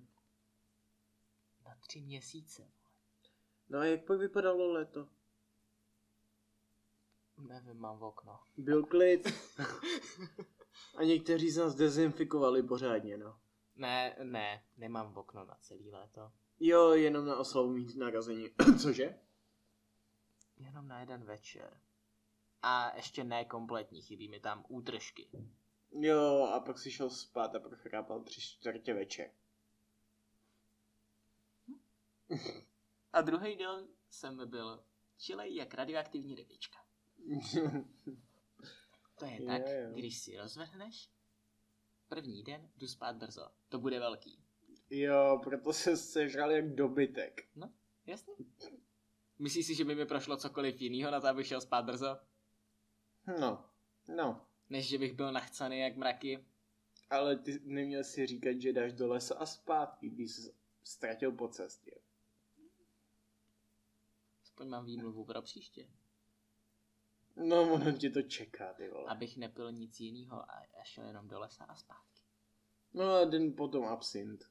Speaker 2: Na tři měsíce.
Speaker 1: No a jak pak vypadalo léto?
Speaker 2: Nevím, mám v okno.
Speaker 1: Byl klid. a někteří z nás dezinfikovali pořádně, no.
Speaker 2: Ne, ne, nemám v okno na celý léto.
Speaker 1: Jo, jenom na oslavu mít narození. (coughs) Cože?
Speaker 2: Jenom na jeden večer. A ještě ne kompletní, chybí mi tam útržky.
Speaker 1: Jo, a pak si šel spát a prochrápal tři čtvrtě večer. (laughs)
Speaker 2: A druhý den jsem byl čilej jak radioaktivní rybička. To je
Speaker 1: Jo,
Speaker 2: tak,
Speaker 1: jo.
Speaker 2: když si rozvrhneš, první den jdu spát brzo. To bude velký.
Speaker 1: jo, proto se sežral jak dobytek.
Speaker 2: Jasně? Myslíš si, že by mi prošlo cokoliv jiného na to, abych šel spát brzo?
Speaker 1: No, no.
Speaker 2: Než že bych byl nachcaný jak mraky?
Speaker 1: Ale ty neměl si říkat, že dáš do lesa a zpátky, když jsi ztratil po cestě.
Speaker 2: Aspoň mám výmluvu pro příště.
Speaker 1: No, ono tě to čeká, ty vole.
Speaker 2: Abych nepil nic jiného a a šel jenom do lesa a zpátky.
Speaker 1: No a den potom absint.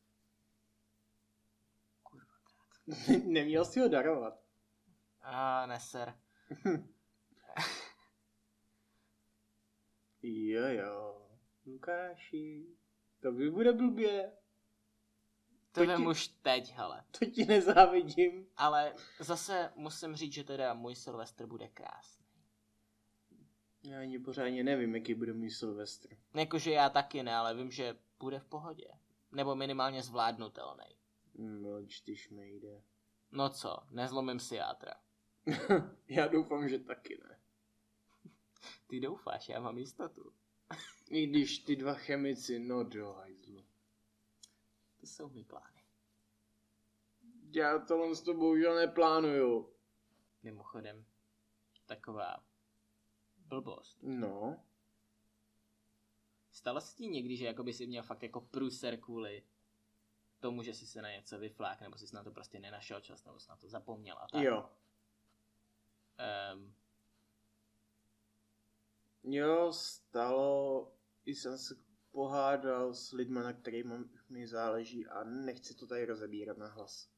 Speaker 2: Kurva trát.
Speaker 1: Neměl jsi ho darovat.
Speaker 2: A neser.
Speaker 1: Jo, jo. Lukáši, to by bude blbě.
Speaker 2: To
Speaker 1: To
Speaker 2: vem
Speaker 1: ti-
Speaker 2: už teď, hele.
Speaker 1: To ti nezávidím.
Speaker 2: Ale zase musím říct, že teda můj Silvestr bude krásný.
Speaker 1: Já ani pořádně nevím, jaký bude můj Silvestr.
Speaker 2: Jakože já taky ne, ale vím, že bude v pohodě. Nebo minimálně zvládnutelný.
Speaker 1: Mlč, když nejde. (laughs)
Speaker 2: No co, nezlomím si játra.
Speaker 1: Já doufám, že taky ne.
Speaker 2: Ty doufáš, já mám jistotu.
Speaker 1: I když ty dva chemici, no do hajzlu.
Speaker 2: To jsou mi plány.
Speaker 1: Já tohle s to bohužel neplánuju.
Speaker 2: Mimochodem, taková blbost.
Speaker 1: No,
Speaker 2: Stalo se ti někdy, že jakoby si měl fakt jako průser kvůli tomu, že jsi se na něco vyflák, nebo jsi na to prostě nenašel čas, nebo jsi na to zapomněl a tak.
Speaker 1: jo.
Speaker 2: Ehm,
Speaker 1: Jo, stalo, i jsem se pohádal s lidmi, na kterými mi záleží a nechci to tady rozebírat na hlas.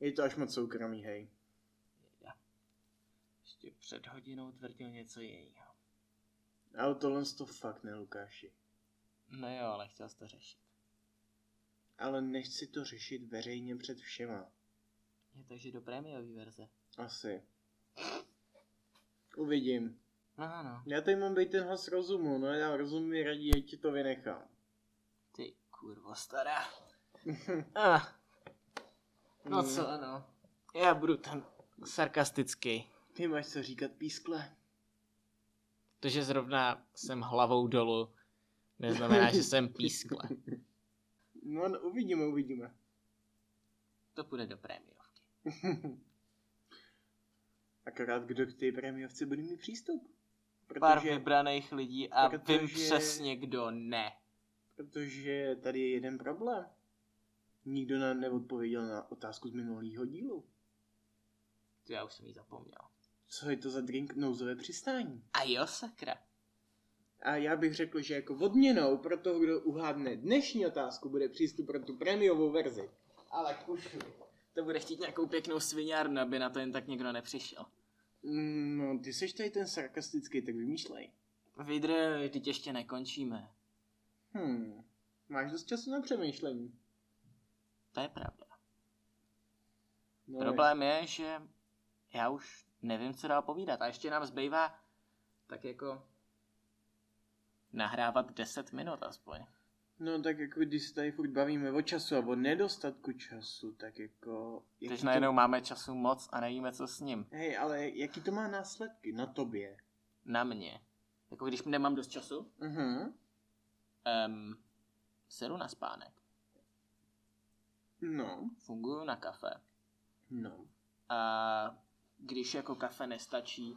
Speaker 1: Je to až moc soukromý, hej.
Speaker 2: já ještě před hodinou tvrdil něco jiného.
Speaker 1: Ale tohle to fakt ne, Lukáši.
Speaker 2: No jo, ale chtěl jsi to řešit.
Speaker 1: Ale nechci to řešit veřejně před všema.
Speaker 2: Je takže do prémiové verze.
Speaker 1: Asi. Uvidím.
Speaker 2: No, no,
Speaker 1: Já tady mám být ten hlas rozumu, no já rozum mi radí, ať ti to vynechám.
Speaker 2: ty kurvo stará. ah. No
Speaker 1: Mm.
Speaker 2: co, ano. Já budu ten sarkastický.
Speaker 1: Ty máš co říkat, pískle.
Speaker 2: To, že zrovna jsem hlavou dolů, neznamená, že jsem pískle.
Speaker 1: (laughs) No, no uvidíme, uvidíme. (laughs)
Speaker 2: To půjde do prémiovky.
Speaker 1: Akorát kdo k té prémiovce bude mít přístup.
Speaker 2: Pár vybraných lidí a
Speaker 1: protože-
Speaker 2: vím přesně, kdo ne.
Speaker 1: Protože tady je jeden problém. Nikdo nám neodpověděl na otázku z minulého dílu.
Speaker 2: To já už jsem ji zapomněl.
Speaker 1: Co je to za drink nouzové přistání?
Speaker 2: A jo, sakra.
Speaker 1: A já bych řekl, že jako odměnou pro toho, kdo uhádne dnešní otázku, bude přístup pro tu prémiovou verzi. Ale kušu.
Speaker 2: To bude chtít nějakou pěknou sviňárnu, aby na to jen tak někdo nepřišel.
Speaker 1: Mm, No, ty seš tady ten sarkastický, tak vymýšlej.
Speaker 2: Vidr, teď ještě nekončíme.
Speaker 1: Hm, máš dost času na přemýšlení.
Speaker 2: To je pravda.
Speaker 1: No,
Speaker 2: Problém je, že já už nevím, co dál povídat. A ještě nám zbývá tak jako nahrávat 10 minut aspoň.
Speaker 1: No tak jako když se tady furt bavíme o času a o nedostatku času, tak jako... jaký
Speaker 2: Když
Speaker 1: to-
Speaker 2: najednou máme času moc a nevíme, co s ním.
Speaker 1: Hej, ale jaký to má následky na tobě?
Speaker 2: Na mě.
Speaker 3: Jako když nemám dost času,
Speaker 1: Mhm.
Speaker 3: um, seru na spánek,
Speaker 1: No,
Speaker 3: funguju na kafe.
Speaker 1: no.
Speaker 3: A když jako kafe nestačí,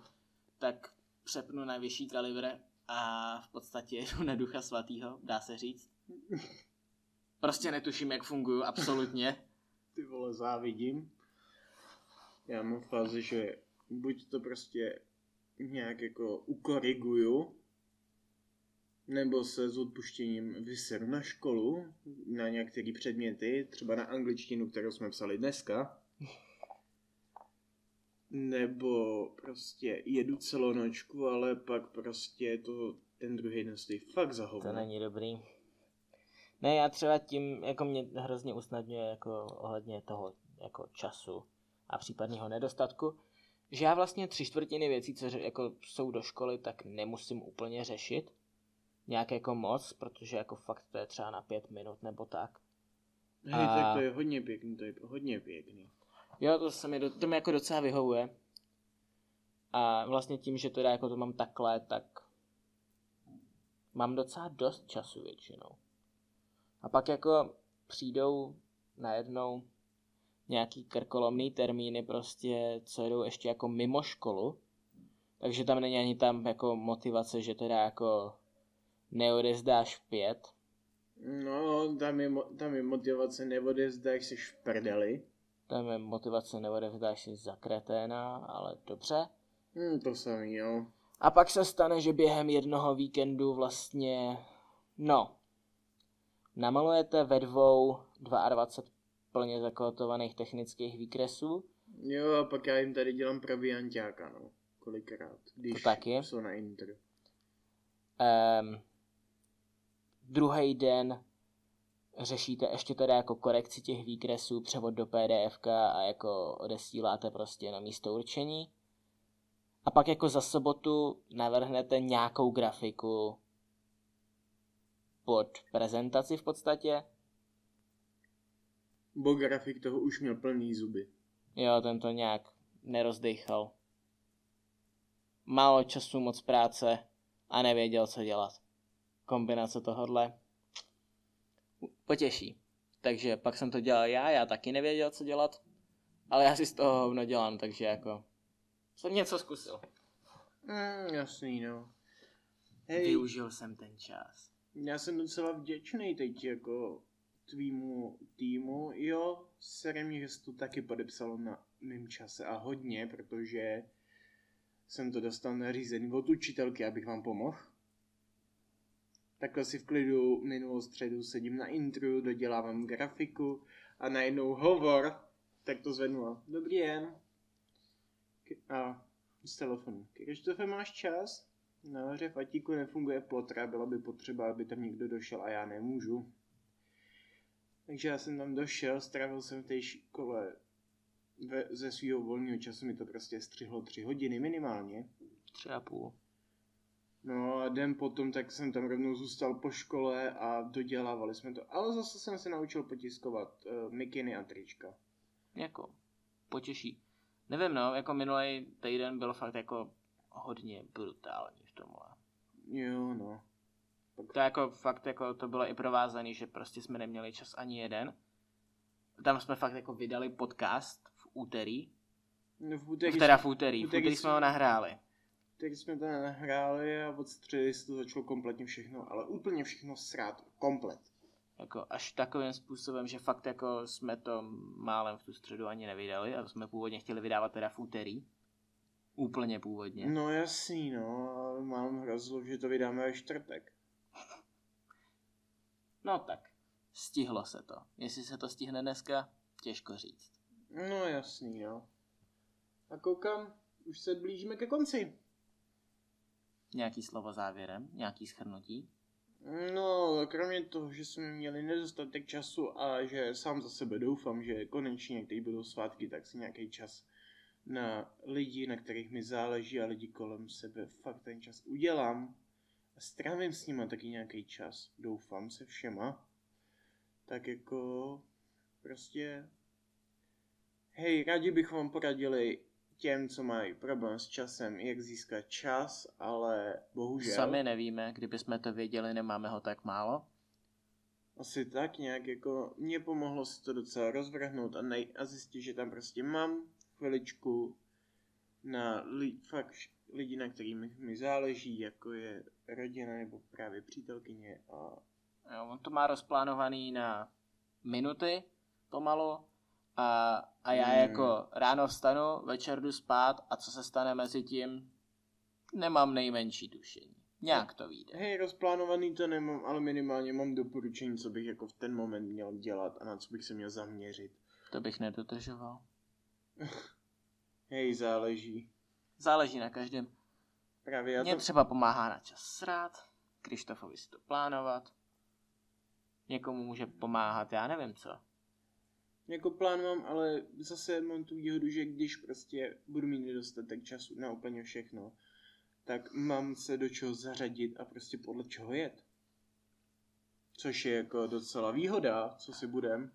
Speaker 3: tak přepnu na vyšší kalibr a v podstatě (laughs) jedu na ducha svatýho, dá se říct. Prostě netuším, jak funguju, absolutně.
Speaker 1: Ty vole, závidím. Já mám fázi, že buď to prostě nějak jako ukoriguju, nebo se s odpuštěním vyseru na školu, na některé předměty, třeba na angličtinu, kterou jsme psali dneska. Nebo prostě jedu celonočku, ale pak prostě to ten druhý den stojí fakt za hovno.
Speaker 2: To není dobrý. Ne, já třeba tím, jako mě hrozně usnadňuje jako ohledně toho jako času a případného nedostatku, že já vlastně tři čtvrtiny věcí, co ře- jako jsou do školy, tak nemusím úplně řešit. Nějak jako moc, protože jako fakt to je třeba na pět minut nebo tak.
Speaker 1: Hej, tak
Speaker 2: A-
Speaker 1: to je hodně pěkný, to je hodně pěkný.
Speaker 2: Jo, to se mi, do, to mi jako docela vyhovuje. A vlastně tím, že teda jako to mám takhle, tak mám docela dost času většinou. A pak jako přijdou najednou nějaký krkolomný termíny prostě, co jdou ještě jako mimo školu. Takže tam není ani tam jako motivace, že teda jako neodezdáš pět.
Speaker 1: No, tam je, mo- tam je motivace neodevzdáš se šprdeli.
Speaker 2: Tam je motivace neodevzdáš si za kreténa, ale dobře.
Speaker 1: Hm, to samý, jo.
Speaker 2: A pak se stane, že během jednoho víkendu vlastně, no, namalujete ve dvou 22 plně zakolotovaných technických výkresů.
Speaker 1: Jo, a pak já jim tady dělám proviantáka, no. Kolikrát, když
Speaker 2: To taky.
Speaker 1: jsou na intro.
Speaker 2: Um, druhý den řešíte ještě teda jako korekci těch výkresů, převod do pdf a jako odesíláte prostě na místo určení. A pak jako za sobotu navrhnete nějakou grafiku pod prezentaci v podstatě.
Speaker 1: Bo grafik toho už měl plný zuby.
Speaker 2: Jo, ten to nějak nerozdechal. Málo času, moc práce a nevěděl, co dělat. Kombinace tohohle potěší. Takže pak jsem to dělal já, já taky nevěděl, co dělat, ale já si z toho hovno dělám, takže jako jsem něco zkusil.
Speaker 1: Hm, jasný, no. Hej,
Speaker 3: Využil jsem ten čas.
Speaker 1: já jsem docela vděčný teď jako tvýmu týmu. Jo, serem, že jsi to taky podepsalo na mým čase a hodně, protože jsem to dostal nařízený od učitelky, abych vám pomohl. Takhle si v klidu minulou středu sedím na intru, dodělávám grafiku a najednou hovor, tak to zvednu a dobrý den. K- a z telefonu. Krištofe, máš čas? Nahoře No, v Atíku nefunguje plotra, byla by potřeba, aby tam někdo došel a já nemůžu. Takže já jsem tam došel, strávil jsem v té škole ve, ze svého volného času, mi to prostě střihlo tři hodiny minimálně.
Speaker 2: Tři a půl.
Speaker 1: No a den potom, tak jsem tam rovnou zůstal po škole a dodělávali jsme to. Ale zase jsem se naučil potiskovat uh, mikiny a trička.
Speaker 2: Jako potěší. Nevím no, jako minulý týden byl fakt jako hodně brutální v tomhle.
Speaker 1: Jo, no.
Speaker 2: To jako fakt jako to bylo i provázaný, že prostě jsme neměli čas ani jeden. Tam jsme fakt jako vydali podcast v úterý.
Speaker 1: no v
Speaker 2: V
Speaker 1: úterý,
Speaker 2: teda v úterý. V
Speaker 1: úterý
Speaker 2: úterý
Speaker 1: jsme-
Speaker 2: jsme ho nahráli.
Speaker 1: Teď jsme to nahráli a od středy se to začalo kompletně všechno, ale úplně všechno srát. Komplet.
Speaker 2: Jako až takovým způsobem, že fakt jako jsme to málem v tu středu ani nevydali a to jsme původně chtěli vydávat teda v úterý. Úplně původně.
Speaker 1: No jasný, no, ale mám hrozlo, že to vydáme ve čtvrtek.
Speaker 2: No tak. Stihlo se to. Jestli se to stihne dneska, těžko říct.
Speaker 1: No jasný, jo. A koukám, už se blížíme ke konci.
Speaker 2: Nějaký slovo závěrem, nějaký schrnutí.
Speaker 1: No, kromě toho, že jsme měli nedostatek času a že sám za sebe doufám, že konečně, jak teď budou svátky, tak si nějaký čas na lidi, na kterých mi záleží a lidi kolem sebe, fakt ten čas udělám. A strávím s nima taky nějaký čas, doufám se všema. Tak jako, prostě, hej, rádi bych vám poradili, těm, co mají problém s časem, jak získat čas, ale bohužel
Speaker 2: Sami nevíme, kdyby jsme to věděli, nemáme ho tak málo.
Speaker 1: asi tak nějak jako mě pomohlo se to docela rozvrhnout a, nej- a zjistit, že tam prostě mám chviličku na li- fakt š- lidi, na kterým mi záleží, jako je rodina nebo právě přítelkyně a
Speaker 2: Jo, on to má rozplánovaný na minuty pomalu a, a já
Speaker 1: Hmm.
Speaker 2: hmm. jako ráno vstanu, večer jdu spát a co se stane mezi tím, nemám nejmenší tušení. Nějak to vyjde.
Speaker 1: Hej, rozplánovaný to nemám, ale minimálně mám doporučení, co bych jako v ten moment měl dělat a na co bych se měl zaměřit.
Speaker 2: To bych nedodržoval.
Speaker 1: Hej, záleží.
Speaker 2: Záleží na každém.
Speaker 1: Právě já
Speaker 2: Mně
Speaker 1: to...
Speaker 2: třeba pomáhá na čas srát, Krištofovi si to plánovat. Někomu může pomáhat, já nevím co.
Speaker 1: Jako plán mám, ale zase mám tu výhodu, že když prostě budu mít nedostatek času na úplně všechno, tak mám se do čeho zařadit a prostě podle čeho jet. Což je jako docela výhoda, co si budem,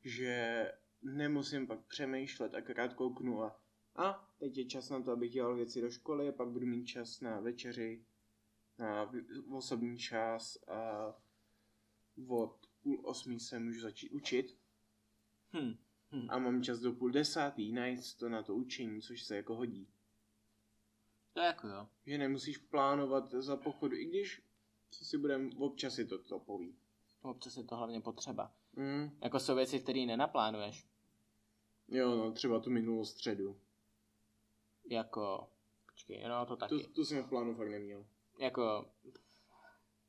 Speaker 1: že nemusím pak přemýšlet, akorát kouknu a a teď je čas na to, abych dělal věci do školy, pak budu mít čas na večeři, na vy- osobní čas a od půl osmi se můžu začít učit
Speaker 2: Hm. hm.
Speaker 1: a mám čas do půl desátý najít to na to učení, což se jako hodí.
Speaker 2: To jako jo.
Speaker 1: Že nemusíš plánovat za pochodu, i když, co si budem, občas si to to poví.
Speaker 2: Občas je to hlavně potřeba.
Speaker 1: Mm.
Speaker 2: Jako jsou věci, které nenaplánuješ.
Speaker 1: Jo, no, třeba tu minulou středu.
Speaker 2: Jako... Počkej, no to taky.
Speaker 1: Tu, tu jsem v plánu fakt neměl.
Speaker 2: Jako...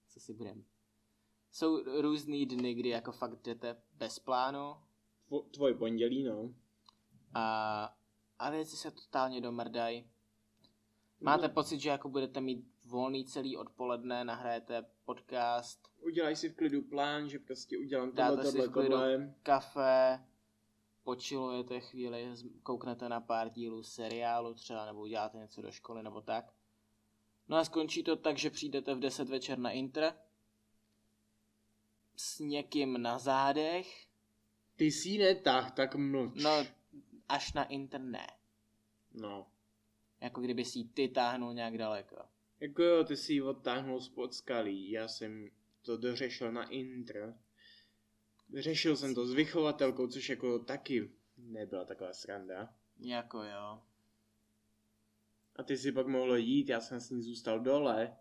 Speaker 2: Co si budem? Jsou různý dny, kdy jako fakt jdete bez plánu
Speaker 1: Tvo, tvoje pondělí, no.
Speaker 2: a, a věci se totálně domrdají. Máte
Speaker 1: Mhm.
Speaker 2: pocit, že jako budete mít volný celý odpoledne, nahrajete podcast,
Speaker 1: Udělej si v klidu plán, že prostě udělám
Speaker 2: Dáte
Speaker 1: tohle,
Speaker 2: si
Speaker 1: tohle,
Speaker 2: v klidu.
Speaker 1: tohle.
Speaker 2: kafe, počilujete chvíli, z- kouknete na pár dílů seriálu třeba, nebo uděláte něco do školy, nebo tak. No a skončí to tak, že přijdete v 10 večer na Inter s někým na zádech,
Speaker 1: Ty si ji netah, tak mlč.
Speaker 2: no až na Inter ne.
Speaker 1: no.
Speaker 2: Jako kdyby si ji ty táhnul nějak daleko.
Speaker 1: Jako jo, ty si ji odtáhnul spod skalí, já jsem to dořešil na intro. Řešil jsem to s vychovatelkou, což jako taky nebyla taková sranda.
Speaker 2: Jako jo.
Speaker 1: A ty si pak mohl jít, já jsem s ní zůstal dole,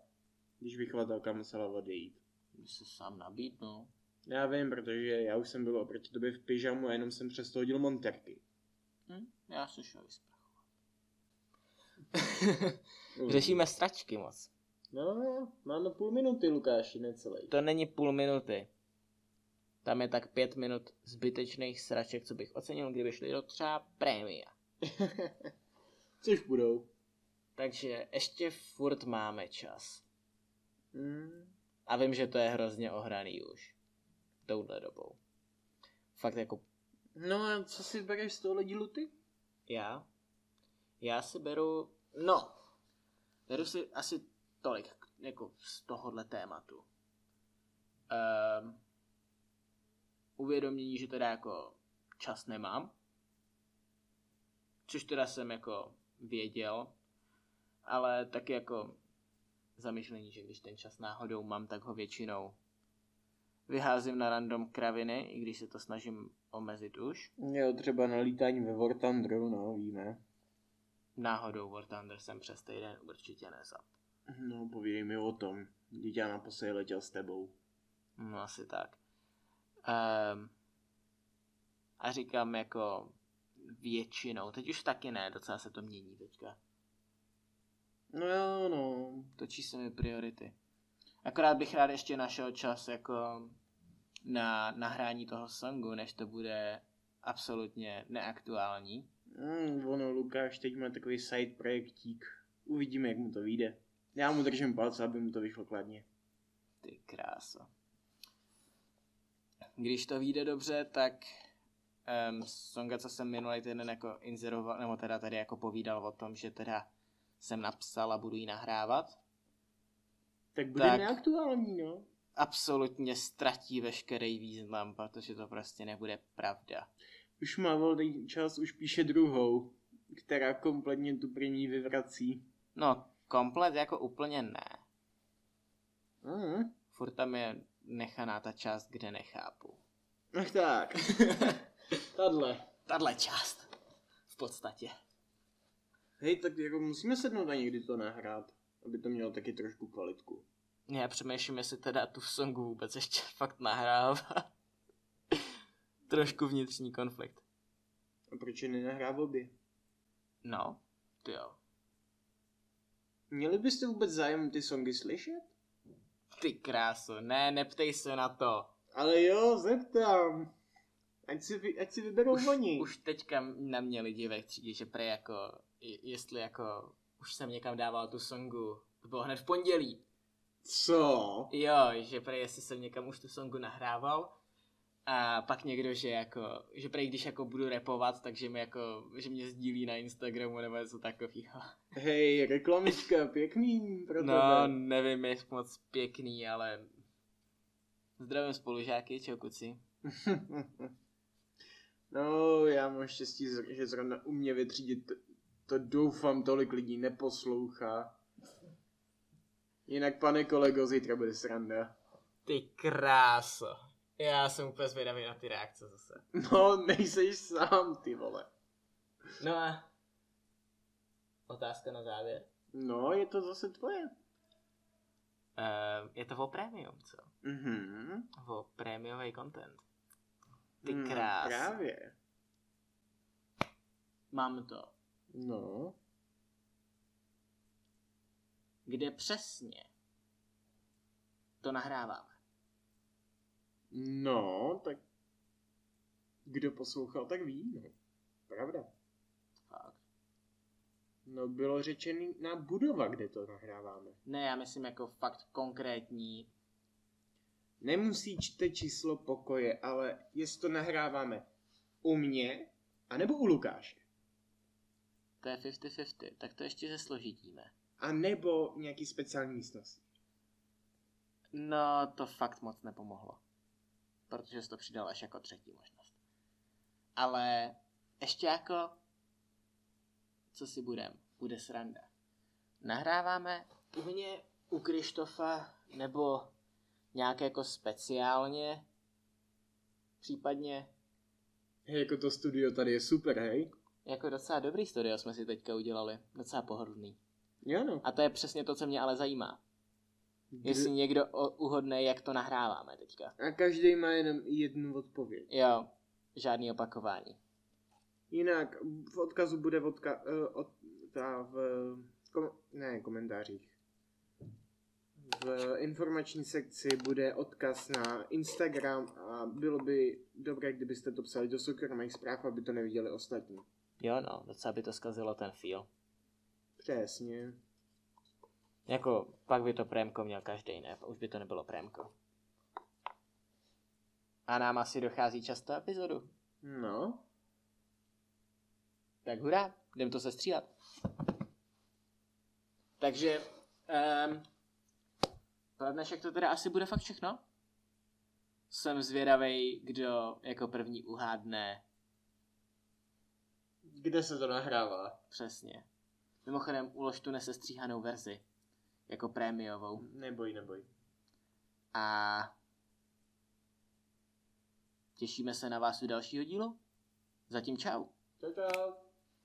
Speaker 1: když vychovatelka musela odejít.
Speaker 2: Když se sám nabídnu.
Speaker 1: Já vím, protože já už jsem byl oproti tobě v pyžamu a jenom jsem přesto hodil monterky.
Speaker 2: Hm? Já se šel vysprach. (laughs)
Speaker 1: Mm.
Speaker 4: Řešíme stračky moc.
Speaker 1: No, máme půl minuty, Lukáši, necelý.
Speaker 4: To není půl minuty. Tam je tak pět minut zbytečných sraček, co bych ocenil, kdyby šli do třeba prémia.
Speaker 1: Což budou.
Speaker 4: Takže ještě furt máme čas.
Speaker 1: Mm.
Speaker 4: A vím, že to je hrozně ohraný už. Touhle dobou. Fakt jako
Speaker 1: No a co si bereš z tohohle dílu ty?
Speaker 4: já. Já si beru, no, beru si asi tolik jako z tohohle tématu. Um, uvědomění, že teda jako čas nemám, což teda jsem jako věděl, ale taky jako zamyšlení, že když ten čas náhodou mám, tak ho většinou vyházím na random kraviny, i když se to snažím omezit už.
Speaker 1: Jo, třeba na lítání ve War Thunderu, no, víme.
Speaker 4: Náhodou War Thunder jsem přes týden určitě nezap.
Speaker 1: No, povídej mi o tom. Dítě já naposledy letěl s tebou.
Speaker 4: No asi tak. Um, a říkám jako většinou, teď už taky ne, docela se to mění teďka.
Speaker 1: No jo, no.
Speaker 4: Točí se mi priority. Akorát bych rád ještě našel čas jako na nahrání toho songu, než to bude absolutně neaktuální.
Speaker 1: Mm, ono, Lukáš teď má takový side projektík. Uvidíme, jak mu to vyjde. Já mu držím palce, aby mu to vyšlo kladně.
Speaker 4: Ty kráso. Když to vyjde dobře, tak um, Songa, co jsem minulý týden jako inzeroval, nebo teda tady jako povídal o tom, že teda jsem napsal a budu ji nahrávat,
Speaker 1: Tak bude tak.
Speaker 4: Tak.
Speaker 1: neaktuální, no.
Speaker 4: absolutně ztratí veškerý význam, protože to prostě nebude pravda.
Speaker 1: Už má volný čas, už píše druhou. která kompletně tu první vyvrací.
Speaker 2: No, komplet jako úplně ne.
Speaker 1: Mm.
Speaker 2: Furt tam je nechaná ta část, kde nechápu.
Speaker 1: Ach tak.
Speaker 4: Tadle.
Speaker 2: Tadle část. V podstatě.
Speaker 1: Hej, tak jako musíme sednout a někdy to nahrát, aby to mělo taky trošku kvalitku.
Speaker 2: Já přemýšlím, jestli teda tu songu vůbec ještě fakt nahrává. (laughs) Trošku vnitřní konflikt.
Speaker 1: A proč je nenahrá obě?
Speaker 2: No, ty jo.
Speaker 1: Měli byste vůbec zájem ty songy slyšet?
Speaker 2: Ty krásu, ne, neptej se na to.
Speaker 1: Ale jo, zeptám. Ať si, vy- ať si vyberou
Speaker 2: Už,
Speaker 1: oni.
Speaker 2: už teďka na mě lidi ve třídě, že pre jako, je- jestli jako, už jsem někam dával tu songu, to bylo hned v pondělí,
Speaker 1: Co?
Speaker 2: Jo, že prej, jestli jsem někam už tu songu nahrával. A pak někdo, že jako, že prej, když jako budu repovat, takže mi jako, že mě sdílí na Instagramu nebo něco takového.
Speaker 1: Hej, reklamička, pěkný pro
Speaker 2: No,
Speaker 1: tebe.
Speaker 2: nevím, je moc pěkný, ale zdravím spolužáky, čau kuci.
Speaker 1: no, já mám štěstí, zr- že zrovna u mě ve třídě to, to doufám tolik lidí neposlouchá. Jinak, pane kolego, zítra bude sranda.
Speaker 2: Ty kráso. Já jsem úplně zvědavý na ty reakce zase.
Speaker 1: No, nejseš sám, ty vole.
Speaker 2: No a otázka na závěr.
Speaker 1: No, je to zase tvoje.
Speaker 2: Uh, je to o premium, co?
Speaker 1: Mhm.
Speaker 2: O prémiový content. Ty
Speaker 1: Mm,
Speaker 2: krás.
Speaker 1: Právě.
Speaker 2: Mám to.
Speaker 1: No.
Speaker 2: kde přesně to nahráváme.
Speaker 1: No, tak kdo poslouchal, tak ví, no. Pravda.
Speaker 2: Fakt.
Speaker 1: No, bylo řečený na budova, kde to nahráváme.
Speaker 2: Ne, já myslím jako fakt konkrétní.
Speaker 1: Nemusí čte číslo pokoje, ale jestli to nahráváme u mě, anebo u Lukáše.
Speaker 2: To je 50-50, tak to ještě zesložitíme.
Speaker 1: A nebo nějaký speciální místnost.
Speaker 2: No, to fakt moc nepomohlo. Protože jsi to přidal až jako třetí možnost. Ale ještě jako, co si budem, bude sranda. Nahráváme u mě, u Krištofa, nebo nějak jako speciálně, případně
Speaker 1: Hej, jako to studio tady je super, hej?
Speaker 2: Jako docela dobrý studio jsme si teďka udělali, docela pohodlný.
Speaker 1: Jo no.
Speaker 2: A to je přesně to, co mě ale zajímá. Jestli někdo o, uhodne, jak to nahráváme teďka.
Speaker 1: A každý má jenom jednu odpověď.
Speaker 2: Jo, žádný opakování.
Speaker 1: Jinak v odkazu bude odka, uh, od, ta v kom, ne, komentářích. V informační sekci bude odkaz na Instagram a bylo by dobré, kdybyste to psali do soukromých zpráv, aby to neviděli ostatní.
Speaker 4: Jo no, docela by to zkazilo ten feel.
Speaker 1: Přesně.
Speaker 4: Jako, pak by to prémko měl každý, ne? Už by to nebylo prémko.
Speaker 2: A nám asi dochází často epizodu.
Speaker 1: No.
Speaker 2: Tak hurá, jdem to sestříhat. Takže, um, pro dnešek to teda asi bude fakt všechno. Jsem zvědavej, kdo jako první uhádne
Speaker 1: Kde se to nahrává?
Speaker 2: Přesně. Mimochodem, ulož tu nesestříhanou verzi. Jako prémiovou.
Speaker 1: Neboj, neboj.
Speaker 2: A těšíme se na vás u dalšího dílu. Zatím čau.
Speaker 1: Čau, čau.